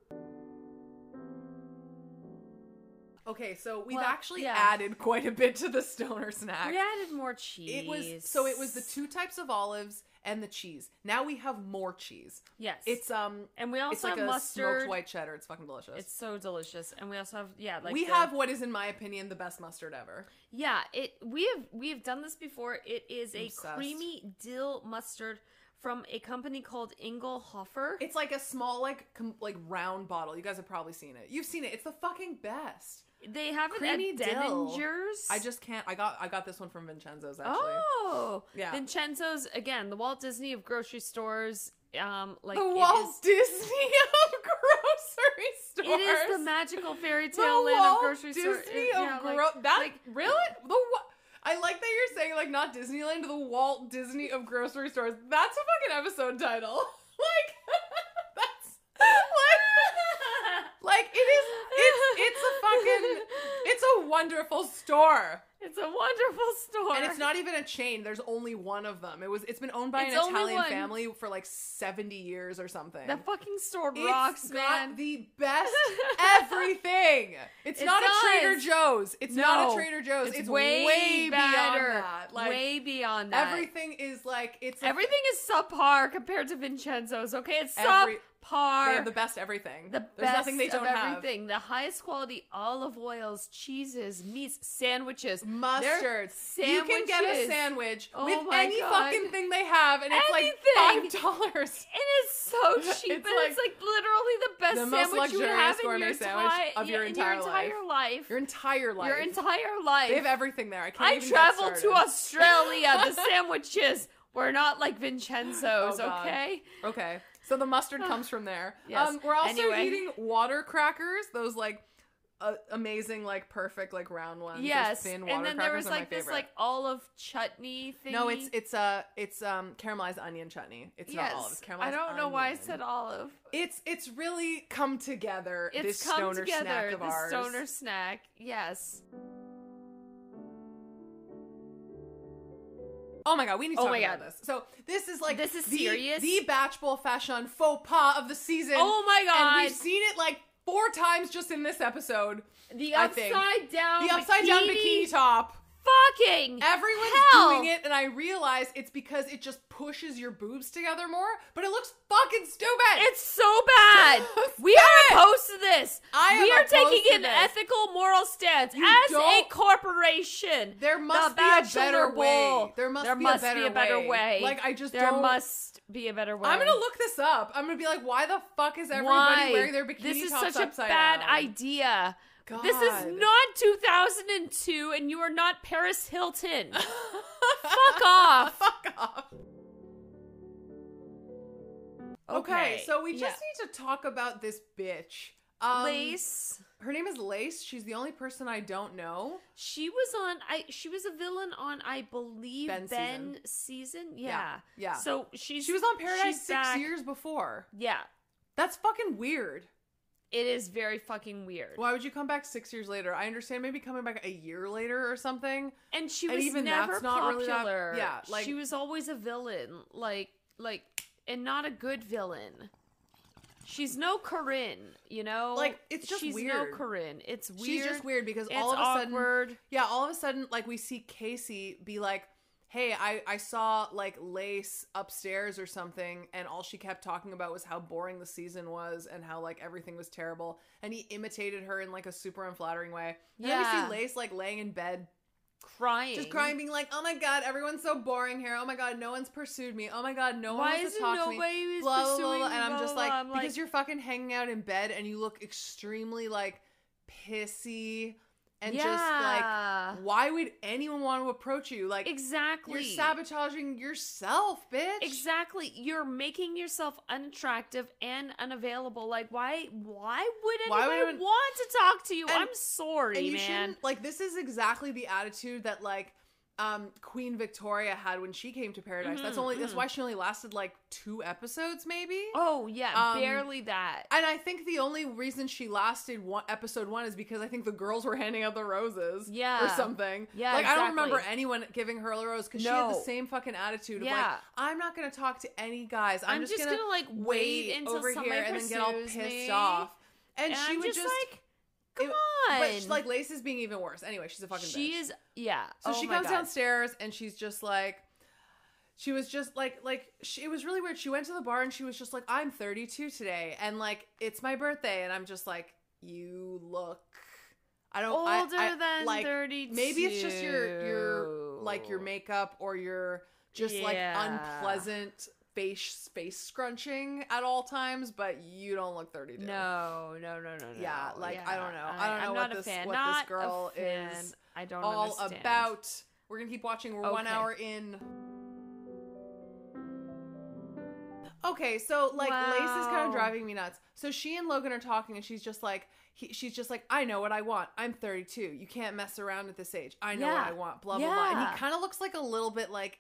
B: Okay, so we've
A: Well,
B: actually
A: yeah.
B: added quite a bit to the stoner snack.
A: We added more cheese.
B: It was so it was the two types of olives and the cheese. Now we have more cheese.
A: Yes.
B: It's um
A: and we also
B: it's like
A: have
B: a
A: mustard.
B: smoked white cheddar. It's fucking delicious.
A: It's so delicious, and we also have yeah, like
B: we
A: the-
B: have what is in my opinion the best mustard ever.
A: yeah. It we have we have done this before. It is a
B: Obsessed.
A: creamy dill mustard from a company called Ingelhofer.
B: It's like a small like com- like round bottle. You guys have probably seen it. You've seen it. It's the fucking best.
A: they have it
B: creamy
A: at
B: dill.
A: Denninger's.
B: I just can't. I got I got this one from Vincenzo's actually.
A: oh
B: Yeah.
A: Vincenzo's again, the Walt Disney of grocery stores. Um, like
B: the
A: it
B: Walt
A: is-
B: Disney [laughs] of grocery stores.
A: It is the magical fairy
B: The
A: tale land
B: Walt
A: of grocery
B: Disney
A: stores.
B: of
A: yeah, like-
B: gro- that
A: like-
B: really the Wa- I like that you're saying like not Disneyland, the Walt Disney of grocery stores. That's a fucking episode title. [laughs] like that's like, like it is. It's it's a fucking it's a wonderful store,
A: It's a wonderful store.
B: and it's not even a chain. There's only one of them. It was it's been owned by
A: It's
B: an
A: only
B: Italian
A: one.
B: family for like seventy years or something.
A: That fucking store
B: It's
A: rocks,
B: got
A: man.
B: the best
A: [laughs]
B: everything. It's
A: It
B: not a Trader
A: does.
B: Joe's. It's not
A: No.
B: a Trader Joe's. It's, way, beyond that. Like
A: way beyond that.
B: everything is like it's a-
A: Everything is subpar compared to Vincenzo's. Okay, it's
B: Every-
A: subpar.
B: They have the best everything.
A: The
B: There's
A: best
B: nothing they don't
A: of
B: have.
A: everything. The highest quality olive oils, cheeses, meats, sandwiches,
B: Mustard. You can get
A: sandwiches.
B: a sandwich
A: Oh
B: with
A: my
B: any
A: God.
B: fucking thing they have, and it's like
A: Anything.
B: five dollars.
A: It is so cheap,
B: [laughs]
A: and
B: It's
A: it's like literally the best
B: the most
A: sandwich you would
B: luxurious
A: have in
B: gourmet
A: your,
B: sandwich
A: ti-
B: of your
A: in
B: entire
A: your
B: life.
A: entire life.
B: Your entire life.
A: Your entire life.
B: they have everything there. I can't.
A: I
B: even get
A: traveled to
B: started.
A: Australia.
B: [laughs]
A: the sandwiches were not like Vincenzo's,
B: Oh, God.
A: okay?
B: Okay. So the mustard comes from there.
A: Yes.
B: Um, we're also
A: Anyway.
B: eating water crackers. Those like uh, amazing, like perfect, like round ones. Those
A: yes.
B: Thin
A: And
B: water
A: then
B: crackers
A: there was
B: are
A: like
B: my
A: this
B: favorite.
A: like olive chutney thing.
B: No, it's it's uh it's um caramelized onion chutney. It's
A: yes.
B: not olive. It's caramelized.
A: I don't know why I
B: onion.
A: said olive.
B: It's it's really come together.
A: It's
B: this
A: come
B: stoner
A: together.
B: snack of
A: the
B: ours.
A: stoner snack. Yes.
B: Oh my god, we need to
A: Oh
B: talk
A: my
B: about
A: God.
B: this. So this is like
A: This is
B: the,
A: serious?
B: The batch bowl fashion faux pas of the season.
A: Oh my
B: And
A: god.
B: we've seen it like four times just in this episode.
A: the
B: I think.
A: upside down
B: The upside down bikini top.
A: Fucking
B: Everyone's
A: Hell.
B: doing it, and I realize it's because it just pushes your boobs together more, but it looks fucking stupid.
A: It's so bad.
B: [laughs]
A: We are opposed to this.
B: I am
A: we are
B: opposed to
A: taking an
B: this.
A: ethical, moral stance
B: You
A: as
B: don't-
A: a corporation.
B: there must
A: the
B: be a
A: Bachelor
B: better way.
A: Bowl.
B: There must, be, a better way. Like I just
A: there
B: don't.
A: must be a better way.
B: I'm gonna look this up. I'm gonna be like, why the fuck is everybody
A: Why?
B: wearing their bikini
A: This is
B: tops
A: such a
B: upside
A: bad
B: down?
A: idea.
B: God.
A: This is not 2002, and you are not Paris Hilton. Fuck [laughs] off.
B: [laughs] fuck off. Okay, so we just need to talk about this bitch. Um,
A: Lace.
B: Her name is Lace. She's the only person I don't know.
A: She was on. I she was a villain on I believe
B: Ben
A: Ben,
B: season.
A: season.
B: Yeah,
A: Yeah.
B: yeah.
A: So she's
B: She was on Paradise
A: she's
B: six
A: back.
B: years before.
A: Yeah.
B: That's fucking weird.
A: It is very fucking weird.
B: Why would you come back six years later? I understand maybe coming back a year later or something.
A: And she
B: And
A: was
B: even
A: never
B: that's not
A: popular.
B: really that- yeah, like-
A: she was always a villain. Like like and not a good villain. She's no Corinne, you know?
B: Like, it's just
A: She's
B: weird.
A: no Corinne. It's weird.
B: She's just weird because
A: It's
B: all of a sudden,
A: awkward.
B: yeah, all of a sudden, like we see Casey be like, "Hey, I I saw like Lace upstairs or something, and all she kept talking about was how boring the season was and how like everything was terrible." And he imitated her in like a super unflattering way. And then
A: Yeah.
B: we see Lace like laying in bed
A: crying.
B: Just crying, being like, "Oh my god, everyone's so boring here. Oh my god, no one's pursued me. Oh my god, no
A: Why
B: one wants
A: is
B: to talk to me."
A: nobody is
B: Blah, blah, blah,
A: pursuing
B: blah,
A: me,
B: and I'm
A: blah,
B: just
A: blah,
B: like,
A: blah. I'm
B: because you're fucking hanging out in bed and you look extremely like pissy and
A: yeah.
B: just like, why would anyone want to approach you? Like,
A: Exactly.
B: you're sabotaging yourself, [laughs] bitch.
A: Exactly. You're making yourself unattractive and unavailable. Like why why would
B: Why would
A: anyone
B: anyone-
A: want to talk to you?
B: And-
A: I'm sorry,
B: And you
A: man.
B: shouldn't like. This is exactly the attitude that like. Um, Queen Victoria had when she came to paradise. That's
A: Mhm,
B: only that's
A: mhm.
B: why she only lasted like two episodes, maybe.
A: Oh yeah,
B: Um,
A: barely that.
B: And I think the only reason she lasted one episode one is because I think the girls were handing out the roses,
A: Yeah.
B: or something.
A: Yeah,
B: like I don't remember
A: exactly.
B: anyone giving her a rose because she had the
A: No.
B: same fucking attitude of like,
A: Yeah.
B: I'm not gonna talk to any guys. I'm,
A: I'm just gonna, like wait until
B: over
A: somebody
B: here and then get all
A: pursues
B: pissed
A: me.
B: off. And,
A: And
B: she
A: I'm
B: would
A: just
B: just
A: like, Come on.
B: But she, like Lace is being even worse. Anyway, she's a fucking bitch.
A: she is yeah.
B: So
A: Oh
B: she
A: my
B: comes
A: God.
B: downstairs and she's just like, she was just like, like she, it was really weird. She went to the bar and she was just like, I'm 32 today, and like it's my birthday, and I'm just like, you look, I don't I-
A: older
B: I-
A: than
B: like,
A: thirty.
B: Maybe it's just your your like your makeup or your just like
A: Yeah.
B: unpleasant face face scrunching at all times, but you don't look 32.
A: No, no, no, no, no.
B: Yeah, like, I don't know. I don't
A: I'm
B: know what
A: not a
B: this-
A: fan.
B: what this
A: not a
B: girl
A: fan.
B: is
A: I don't
B: all
A: understand.
B: about. We're gonna keep watching. We're one
A: Okay.
B: hour in. Okay, so like Lace is kind
A: Wow.
B: of driving me nuts. So she and Logan are talking, and she's just like, he, she's just like, I know what I want. I'm 32. You can't mess around at this age. I know
A: Yeah.
B: what I want. Blah blah blah. And
A: Yeah.
B: he kind of looks like a little bit like,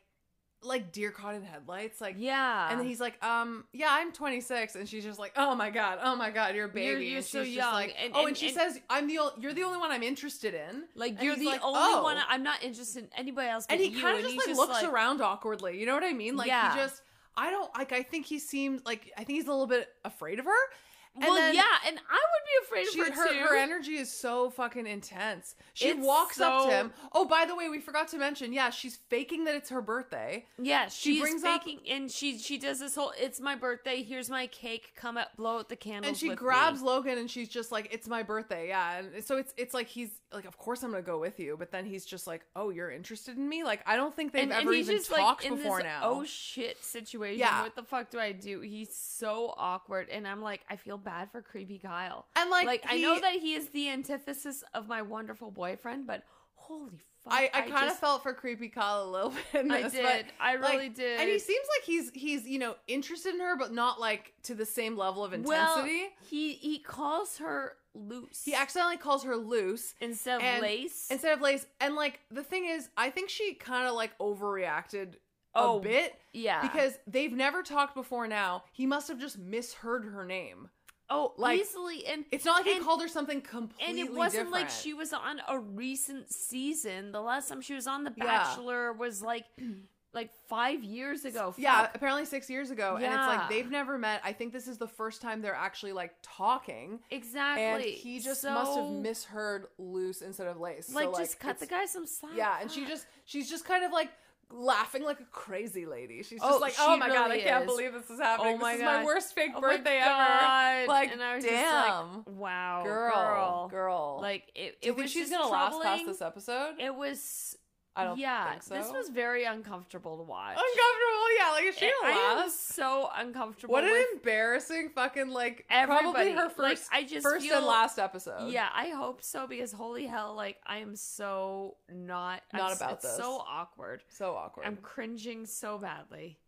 B: like deer caught in headlights. Like
A: yeah.
B: And then he's like, um, yeah, I'm 26, and she's just like, oh my god, oh my god, you're a baby.
A: You're- you're
B: and
A: so
B: she's
A: young.
B: Just like,
A: And-
B: oh, and,
A: and-
B: she
A: and-
B: says, I'm the ol- you're the only one I'm interested in.
A: like
B: and
A: you're
B: he's
A: the
B: like,
A: only
B: oh.
A: one. I'm not interested in anybody else.
B: and
A: but
B: he
A: you,
B: kind of just
A: he's
B: like looks around awkwardly. You know what I mean? Like
A: Yeah.
B: he just, I don't like. I think he seems like I think he's a little bit afraid of her. And
A: well,
B: then
A: yeah, and I would be afraid
B: She,
A: of her,
B: her,
A: too.
B: her energy is so fucking intense. She
A: It's
B: walks up
A: so-
B: to him. Oh, by the way, we forgot to mention. Yeah, she's faking that it's her birthday.
A: yeah,
B: she
A: she's
B: brings up-
A: faking, and she she does this whole. It's my birthday. Here's my cake. Come up, blow out the candles.
B: and she
A: with
B: grabs
A: Me.
B: Logan and she's just like, "It's my birthday, yeah." And so it's it's like he's like, "Of course I'm gonna go with you," but then he's just like, "Oh, you're interested in me?" Like I don't think they've
A: And,
B: ever
A: and he's
B: even
A: just
B: talked
A: like in
B: before
A: this
B: now.
A: oh shit situation.
B: Yeah.
A: What the fuck do I do? He's so awkward, and I'm like, I feel bad for creepy Kyle.
B: and like,
A: like I
B: he-
A: know that he is the antithesis of my wonderful boyfriend, but holy fuck!
B: I, I kind of
A: just-
B: felt for creepy Kyle a little [laughs] bit. In
A: I
B: this, but,
A: did. I
B: like,
A: really did.
B: And he seems like he's he's you know interested in her, but not like to the same level of intensity.
A: Well, he he calls her loose.
B: he accidentally calls her loose,
A: instead of
B: and-
A: lace.
B: instead of lace and like the thing is i think she kind of like overreacted
A: Oh,
B: a bit
A: yeah.
B: because they've never talked before now he must have just misheard her name
A: oh,
B: like,
A: easily and
B: it's not like he
A: And-
B: called her something
A: and
B: completely
A: it wasn't like
B: different.
A: she was on a recent season. The last time she was on The
B: Yeah.
A: Bachelor was
B: [clears throat]
A: like like five years ago.
B: yeah
A: Fuck.
B: apparently six years ago and it's
A: Yeah.
B: like they've never met i think this is the first time they're actually like talking
A: exactly.
B: and he just must have
A: So,
B: misheard loose instead of lace
A: Like,
B: so, like
A: just cut the
B: it's-
A: guy some slack.
B: yeah and she
A: Fuck.
B: just she's just kind of like laughing like a crazy lady she's just
A: Oh,
B: like
A: she
B: oh my god i
A: really
B: can't
A: is.
B: believe this is happening
A: Oh my
B: this is my
A: God.
B: worst fake
A: Oh my
B: birthday ever
A: God.
B: like
A: and I was
B: damn
A: just like, wow,
B: girl
A: girl,
B: girl
A: Like it,
B: Do you
A: it
B: think
A: was
B: she's
A: just
B: gonna last past
A: troubling.
B: this episode
A: It was
B: i don't
A: yeah.
B: think so
A: This was very uncomfortable to watch.
B: uncomfortable yeah like is she
A: It-
B: gonna
A: I am
B: last
A: so uncomfortable.
B: what an
A: with
B: embarrassing fucking like probably
A: everybody.
B: her
A: Like,
B: first
A: I just
B: first
A: feel,
B: and last episode
A: Yeah, I hope so because holy hell, like I am so not I'm
B: Not
A: s-
B: about
A: it's
B: this.
A: So awkward.
B: so awkward
A: I'm cringing so badly.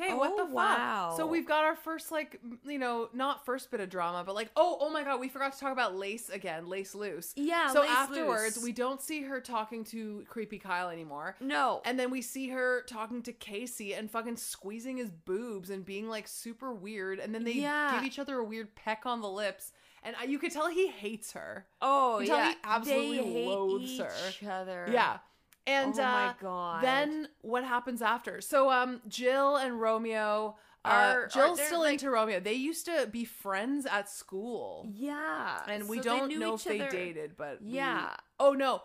B: Okay,
A: Oh,
B: what the fuck?
A: wow.
B: So we've got our first like m- you know not first bit of drama, but like oh oh my god, we forgot to talk about Lace again, Lace Loose.
A: Yeah.
B: so afterwards, we don't see her talking to creepy Kyle anymore.
A: no.
B: And then we see her talking to Casey and fucking squeezing his boobs and being like super weird. And then they
A: Yeah.
B: give each other a weird peck on the lips. And I- you could tell he hates her.
A: oh
B: you can tell
A: yeah,
B: he absolutely
A: they hate
B: loathes
A: each
B: her.
A: other.
B: Yeah. And
A: oh
B: uh,
A: my god.
B: then what happens after? So um Jill and Romeo are
A: Are-
B: uh,
A: are
B: Jill's
A: there,
B: still
A: like-
B: into Romeo. They used to be friends at school.
A: yeah,
B: And we
A: so they
B: don't
A: knew
B: know if
A: each
B: they
A: other.
B: dated, but we-
A: Yeah,
B: oh no.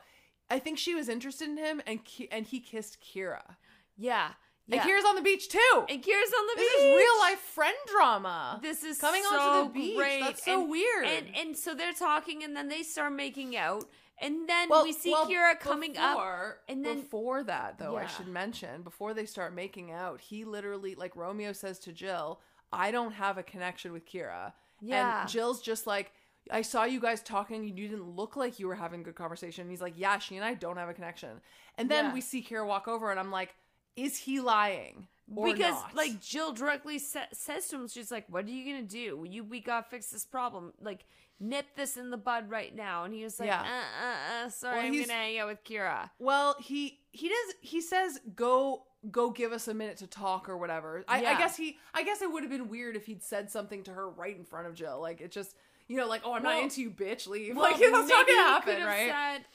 B: I think she was interested in him and Ki- and he kissed Kira.
A: yeah, yeah.
B: And Kira's on the beach too.
A: And Kira's on the
B: This
A: beach.
B: is real life friend drama.
A: This is
B: Coming
A: so
B: onto the beach.
A: Great.
B: That's so
A: and,
B: weird.
A: And and so they're talking, and then they start making out, and then we see
B: well,
A: Kira coming up.
B: before-
A: and then-
B: before that though i
A: Yeah.
B: should mention before they start making out he literally like romeo says to jill i don't have a connection with kira
A: Yeah.
B: and jill's just like i saw you guys talking and you didn't look like you were having good conversation and he's like yeah she and i don't have a connection and then
A: Yeah.
B: we see kira walk over and i'm like is he lying or
A: because
B: not?
A: like Jill directly sa- says to him, she's like, "What are you gonna do? You we gotta fix this problem. Like nip this in the bud right now." And he was like,
B: Yeah.
A: "Uh, uh, uh sorry,
B: Well,
A: I'm
B: he's-
A: gonna hang out with Kira."
B: Well, he he does he says go go give us a minute to talk or whatever. I, I
A: Yeah.
B: guess he I guess it would have been weird if he'd said something to her right in front of Jill. Like it just you know like oh I'm not
A: Well- [laughs]
B: into you bitch leave. like [laughs] that's not
A: maybe
B: gonna
A: he
B: happen
A: could've
B: right.
A: Said,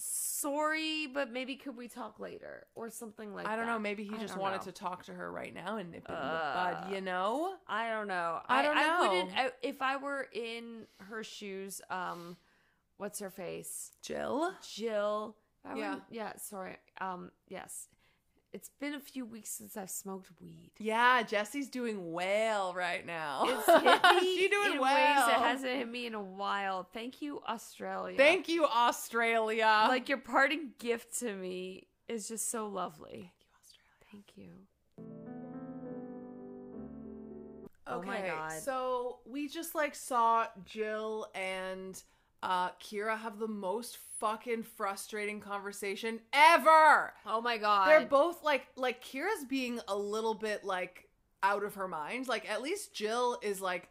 A: sorry, but maybe could we talk later or something like that.
B: I don't know. Maybe he
A: I
B: just
A: don't
B: wanted
A: know.
B: to talk to her right now and nip it in the
A: Uh,
B: bud. You know?
A: I don't know.
B: I don't know.
A: wouldn't, I, if I were in her shoes, um, what's her face?
B: Jill.
A: Jill. I
B: Yeah.
A: wouldn't- Yeah. Sorry. Um. Yes. It's been a few weeks since I've smoked
B: [laughs]
A: weed.
B: Yeah, Jesse's doing well right now. [laughs]
A: It's hit me
B: she doing
A: in
B: well.
A: ways that hasn't hit me in a while. Thank you, Australia.
B: Thank you, Australia.
A: Like your parting gift to me is just so lovely. Thank you. Oh my God.
B: So we just like saw Jill and uh Kira have the most fucking frustrating conversation ever.
A: Oh my god.
B: They're both like like Kira's being a little bit like out of her mind. Like at least Jill is like,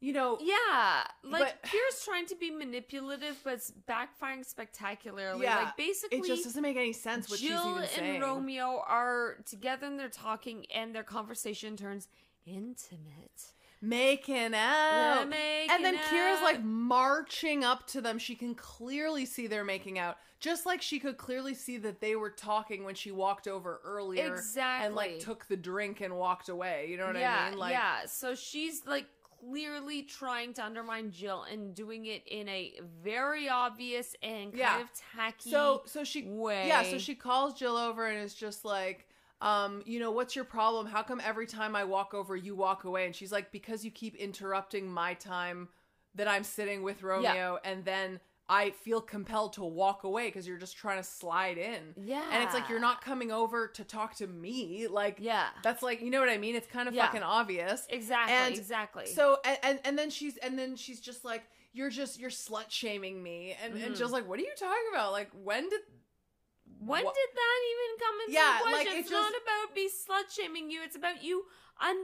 B: you know,
A: yeah, like
B: But-
A: Kira's trying to be manipulative, but it's backfiring spectacularly.
B: Yeah,
A: like basically,
B: it just doesn't make any sense what she's
A: Jill
B: even
A: and
B: saying.
A: Romeo are together and they're talking, and their conversation turns intimate.
B: Making out.
A: They're
B: and then
A: making
B: Kira's
A: out.
B: like marching up to them. She can clearly see they're making out, just like she could clearly see that they were talking when she walked over earlier
A: exactly,
B: and like took the drink and walked away. You know what
A: yeah,
B: I mean? Like,
A: yeah. So she's like clearly trying to undermine Jill and doing it in a very obvious and kind
B: Yeah.
A: of tacky
B: So, so she,
A: way.
B: yeah, so she calls Jill over and is just like, um, you know, what's your problem? How come every time I walk over, you walk away? And she's like, because you keep interrupting my time that I'm sitting with Romeo, and then I feel compelled to walk away because you're just trying to slide in.
A: yeah,
B: And it's like you're not coming over to talk to me. Like
A: Yeah,
B: that's like you know what I mean? It's kind of
A: Yeah.
B: fucking obvious.
A: exactly,
B: And
A: exactly.
B: So and, and and then she's and then she's just like you're just you're slut shaming me and and
A: Mhm.
B: Jill's like what are you talking about? Like when did
A: When
B: Wha-
A: did that even come into
B: Yeah,
A: question?
B: like, it
A: it's not about me slut shaming you. It's about you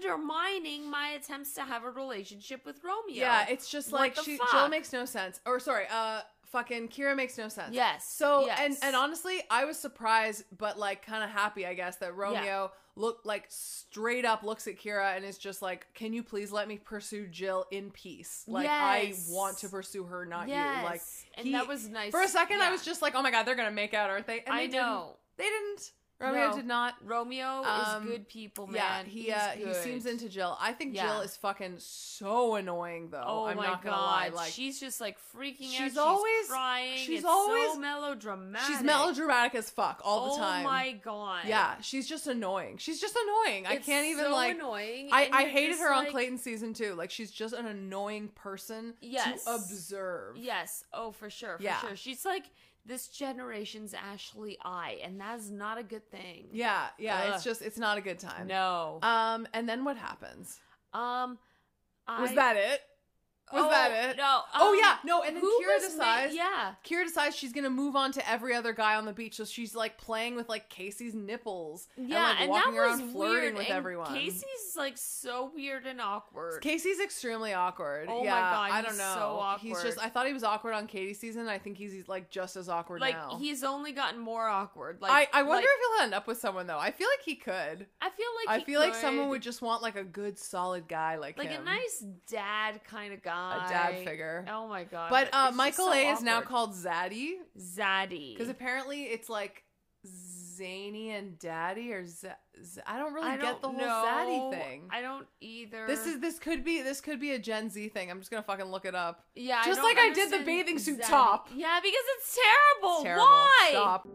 A: undermining my attempts to have a relationship with Romeo.
B: Yeah, it's just
A: What
B: like
A: the
B: she Jill
A: fuck?
B: makes no sense. Or sorry, uh fucking Kira makes no sense.
A: yes.
B: So
A: yes.
B: and and honestly, I was surprised but like kind of happy, I guess, that Romeo look like straight up looks at Kira and is just like, "Can you please let me pursue Jill in peace? Like
A: Yes.
B: I want to pursue her, not
A: yes.
B: you." Like
A: and
B: he-
A: that was nice.
B: for a second, I
A: Yeah.
B: was just like, "Oh my god, they're gonna make out, aren't they?" And
A: I
B: they didn't.
A: know
B: they didn't. Romeo
A: No.
B: did not.
A: Romeo
B: Um,
A: is good people,
B: yeah,
A: man.
B: he
A: He's
B: uh, he
A: good.
B: seems into Jill. I think
A: Yeah.
B: Jill is fucking so annoying though.
A: Oh
B: I'm
A: my
B: not gonna
A: god,
B: lie. Like
A: she's just like freaking out.
B: She's
A: She's
B: always-
A: crying.
B: she's
A: it's
B: always-
A: so melodramatic.
B: she's melodramatic as fuck all the time.
A: Oh my god.
B: Yeah, she's just annoying. She's just annoying. I
A: It's
B: can't even
A: so
B: like.
A: Annoying.
B: I,
A: and
B: I
A: you're
B: hated
A: just
B: her on
A: like-
B: Clayton season two. Like she's just an annoying person
A: Yes.
B: to observe.
A: Yes. Oh, for sure. For
B: Yeah.
A: sure. She's like this generation's Ashley I, and that's not a good thing.
B: yeah, yeah. It's
A: Ugh.
B: just it's not a good time.
A: No.
B: Um, and then what happens?
A: Um. I,
B: Was that it? Was
A: oh,
B: that it?
A: No.
B: oh
A: um,
B: yeah, no. And then
A: who
B: Kira
A: was ma-
B: decides.
A: yeah.
B: Kira decides she's gonna move on to every other guy on the beach, so she's like playing with like Casey's nipples.
A: Yeah,
B: and,
A: and,
B: like,
A: that
B: walking around
A: was
B: flirting
A: weird.
B: with
A: and
B: everyone.
A: Casey's like so weird and awkward.
B: Casey's extremely awkward.
A: Oh my
B: yeah,
A: God,
B: I don't
A: he's
B: know.
A: so
B: He's just.
A: awkward.
B: I thought he was awkward on Katie's season. I think he's, he's, like just as awkward
A: like
B: now.
A: he's only gotten more awkward. Like
B: I, I wonder
A: like,
B: if he'll end up with someone though. I feel like he could.
A: I feel like
B: I
A: he
B: feel like someone
A: could-
B: would just want like a good solid guy like
A: like
B: him.
A: a nice dad kind of guy,
B: a dad figure.
A: Oh my god!
B: but uh,
A: it's just
B: Michael
A: so
B: A is now
A: awkward.
B: called Zaddy
A: Zaddy
B: because apparently it's like Zany and Daddy or Z- Z- I don't really
A: I
B: get the
A: don't
B: whole
A: know.
B: Zaddy thing.
A: I don't either.
B: this is this could be this could be a Gen Z thing. I'm just gonna fucking look it up.
A: yeah,
B: just
A: don't
B: like I did the
A: understand
B: bathing suit
A: Zaddy.
B: top.
A: Yeah, because it's terrible.
B: It's terrible.
A: Why?
B: Stop.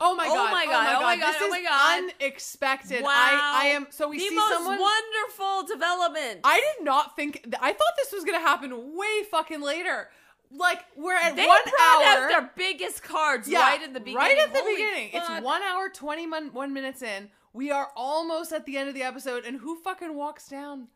B: Oh my
A: Oh
B: god.
A: my God, oh my God,
B: This
A: oh
B: is
A: my God.
B: unexpected.
A: Wow.
B: I I am so we
A: the
B: see
A: most
B: someone
A: wonderful development.
B: I did not think th- I thought this was going to happen way fucking later. Like we're at
A: they
B: 1
A: brought
B: hour.
A: out their biggest cards
B: yeah,
A: right at the beginning.
B: Right at the
A: Holy
B: beginning.
A: fuck.
B: It's 1 hour 21 1 minutes in. We are almost at the end of the episode and who fucking walks down?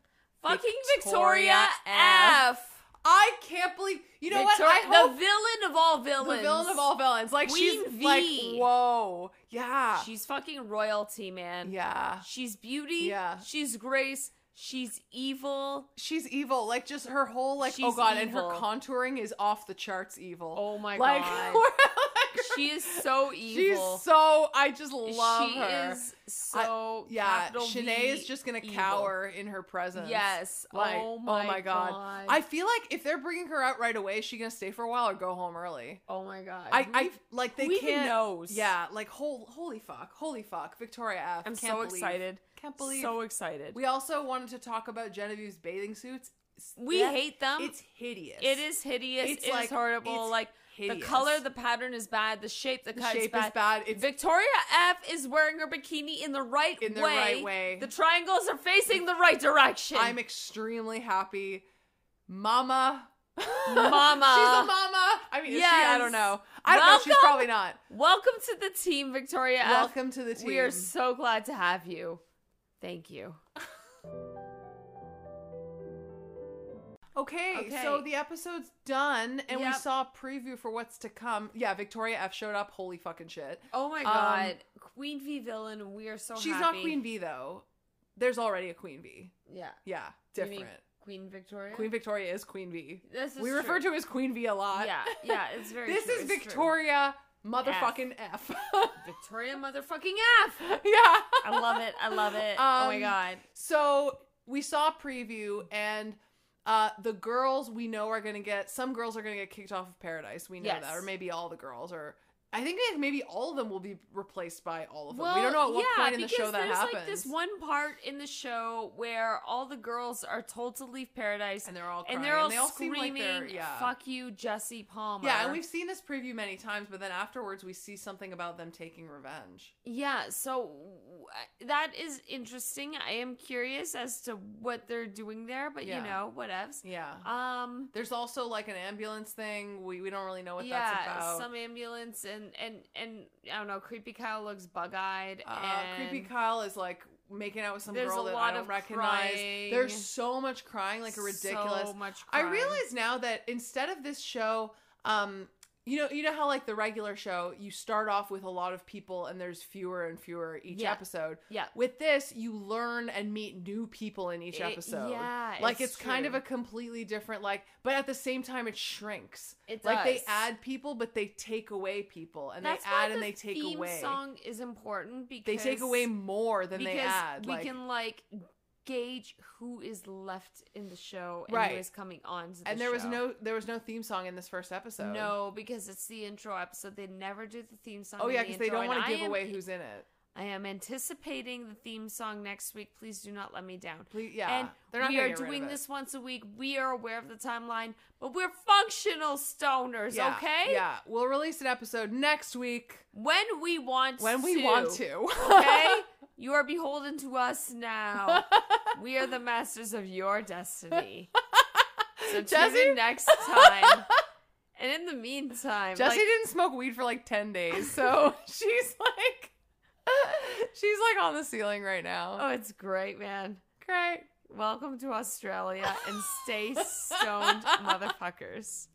A: fucking
B: Victoria
A: Victoria
B: F.
A: F.
B: I can't believe. You know
A: Victor-
B: what? I hope
A: the villain of all villains.
B: the villain of all villains. Like she's
A: Queen V.
B: like whoa. Yeah.
A: She's fucking royalty, man.
B: yeah.
A: She's beauty.
B: Yeah.
A: She's grace. She's evil.
B: She's evil. Like just her whole like oh
A: She's
B: god, and her
A: evil.
B: contouring is off the charts evil.
A: Oh my [laughs]
B: like, [laughs]
A: god.
B: we're- like, girl.
A: She is so evil.
B: She's so. I just love
A: she
B: her.
A: is so
B: yeah,
A: capital
B: Shanae is
A: V
B: just gonna
A: evil.
B: cower in her presence.
A: Yes.
B: Like,
A: oh my, god.
B: I feel like if they're bringing her out right away, is she gonna stay for a while or go home early?
A: oh my god.
B: I,
A: Who
B: I
A: even-
B: like they
A: who even
B: can't.
A: knows.
B: Yeah, like hol- holy fuck, holy fuck, Victoria F.
A: I'm
B: Can't
A: so
B: believe-
A: excited.
B: Can't believe.
A: So excited. We,
B: we also wanted to talk about Genevieve's bathing suits. S- that-
A: hate them.
B: It's hideous.
A: it is hideous.
B: It's
A: It is
B: like-
A: horrible.
B: it's
A: like the
B: hideous.
A: color, the pattern is bad. The shape, the
B: The
A: cut
B: shape
A: is bad.
B: is bad. It's
A: Victoria F is wearing her bikini in the right
B: In the
A: way.
B: right way.
A: The triangles are facing the right direction.
B: I'm extremely happy. Mama.
A: Mama.
B: [laughs] she's a mama. I mean, is she? I
A: Yes.
B: don't know. I don't know. She's
A: Welcome.
B: probably not.
A: Welcome to the team, Victoria F.
B: Welcome to the team.
A: We are so glad to have you. Thank you.
B: okay,
A: Okay.
B: so the episode's done, and we
A: Yep.
B: saw a preview for what's to come. Yeah, Victoria F showed up. Holy fucking shit.
A: Oh my
B: God.
A: Queen V villain. We are so
B: Um, She's not Queen V though. There's already a Queen V.
A: Yeah.
B: Yeah,
A: You mean
B: different.
A: Queen Victoria.
B: Queen Victoria is Queen V.
A: This is
B: We refer
A: true.
B: to her as Queen V a lot.
A: Yeah, yeah, it's very
B: [laughs] This
A: true,
B: is
A: it's true.
B: Victoria motherfucking F.
A: Victoria motherfucking F.
B: [laughs] yeah.
A: I love it. I love it. oh my
B: Um,
A: god.
B: So we saw a preview and uh, the girls we know are gonna get some girls are gonna get kicked off of Paradise. We know
A: Yes.
B: that, or maybe all the girls, or I think that maybe all of them will be replaced by all of them.
A: Well,
B: we don't know at what
A: yeah,
B: point in the
A: because
B: show that
A: there's
B: happens.
A: like this one part in the show where all the girls are told to leave paradise
B: and they're all crying.
A: and they're all,
B: they all
A: screaming,
B: Seem like they're, yeah.
A: "Fuck you, Jesse Palmer."
B: Yeah, and we've seen this preview many times, but then afterwards we see something about them taking revenge.
A: Yeah, so w- that is interesting. I am curious as to what they're doing there, but
B: Yeah.
A: you know, whatevs.
B: Yeah.
A: Um
B: There's also like an ambulance thing. We we don't really know what that's
A: yeah,
B: about.
A: some ambulance and and and I don't know, creepy Kyle looks bug-eyed
B: uh,
A: and
B: creepy Kyle is like making out with some
A: There's
B: girl
A: a
B: that I
A: lot
B: don't
A: of
B: recognize.
A: crying.
B: There's so much crying, like a ridiculous.
A: so much
B: I
A: crime.
B: realize now that instead of this show, um, you know, you know how like the regular show, you start off with a lot of people and there's fewer and fewer each
A: Yeah.
B: episode.
A: Yeah.
B: With this, you learn and meet new people in each
A: It-
B: episode.
A: yeah,
B: like it's,
A: it's
B: kind of
A: true.
B: a completely different like, but at the same time it shrinks.
A: It
B: Like they
A: does.
B: add people, but they take away people, and
A: That's
B: they
A: why
B: add and
A: the
B: they take
A: theme
B: away.
A: song is important because
B: they take away more than
A: because
B: they add.
A: we
B: like,
A: can like gauge who is left in the show and
B: Right.
A: who is coming on to the
B: and there was
A: show.
B: no there was no theme song in this first episode.
A: No, because it's the intro episode. They never do the theme song.
B: Oh
A: in
B: yeah,
A: the
B: because they
A: intro,
B: don't want
A: and
B: to
A: I
B: give
A: am-
B: away who's in it.
A: I am anticipating the theme song next week. Please do not let me down.
B: Please, yeah,
A: and
B: they're not
A: we
B: gonna
A: are
B: get rid of
A: doing
B: it.
A: this once a week. We are aware of the timeline, but we're functional stoners,
B: Yeah,
A: okay?
B: Yeah, we'll release an episode next week
A: When we want
B: when we
A: to,
B: want to.
A: [laughs]
B: [laughs]
A: okay? You are beholden to us now. we are the masters of your
B: [laughs]
A: destiny. So tune
B: Jesse-
A: in next
B: [laughs]
A: time. And in the meantime,
B: Jesse
A: like,
B: didn't smoke weed for like ten
A: [laughs]
B: days, so [laughs] she's like, she's like on the ceiling right now.
A: oh, it's great, man.
B: Great.
A: Welcome to Australia and stay stoned, motherfuckers.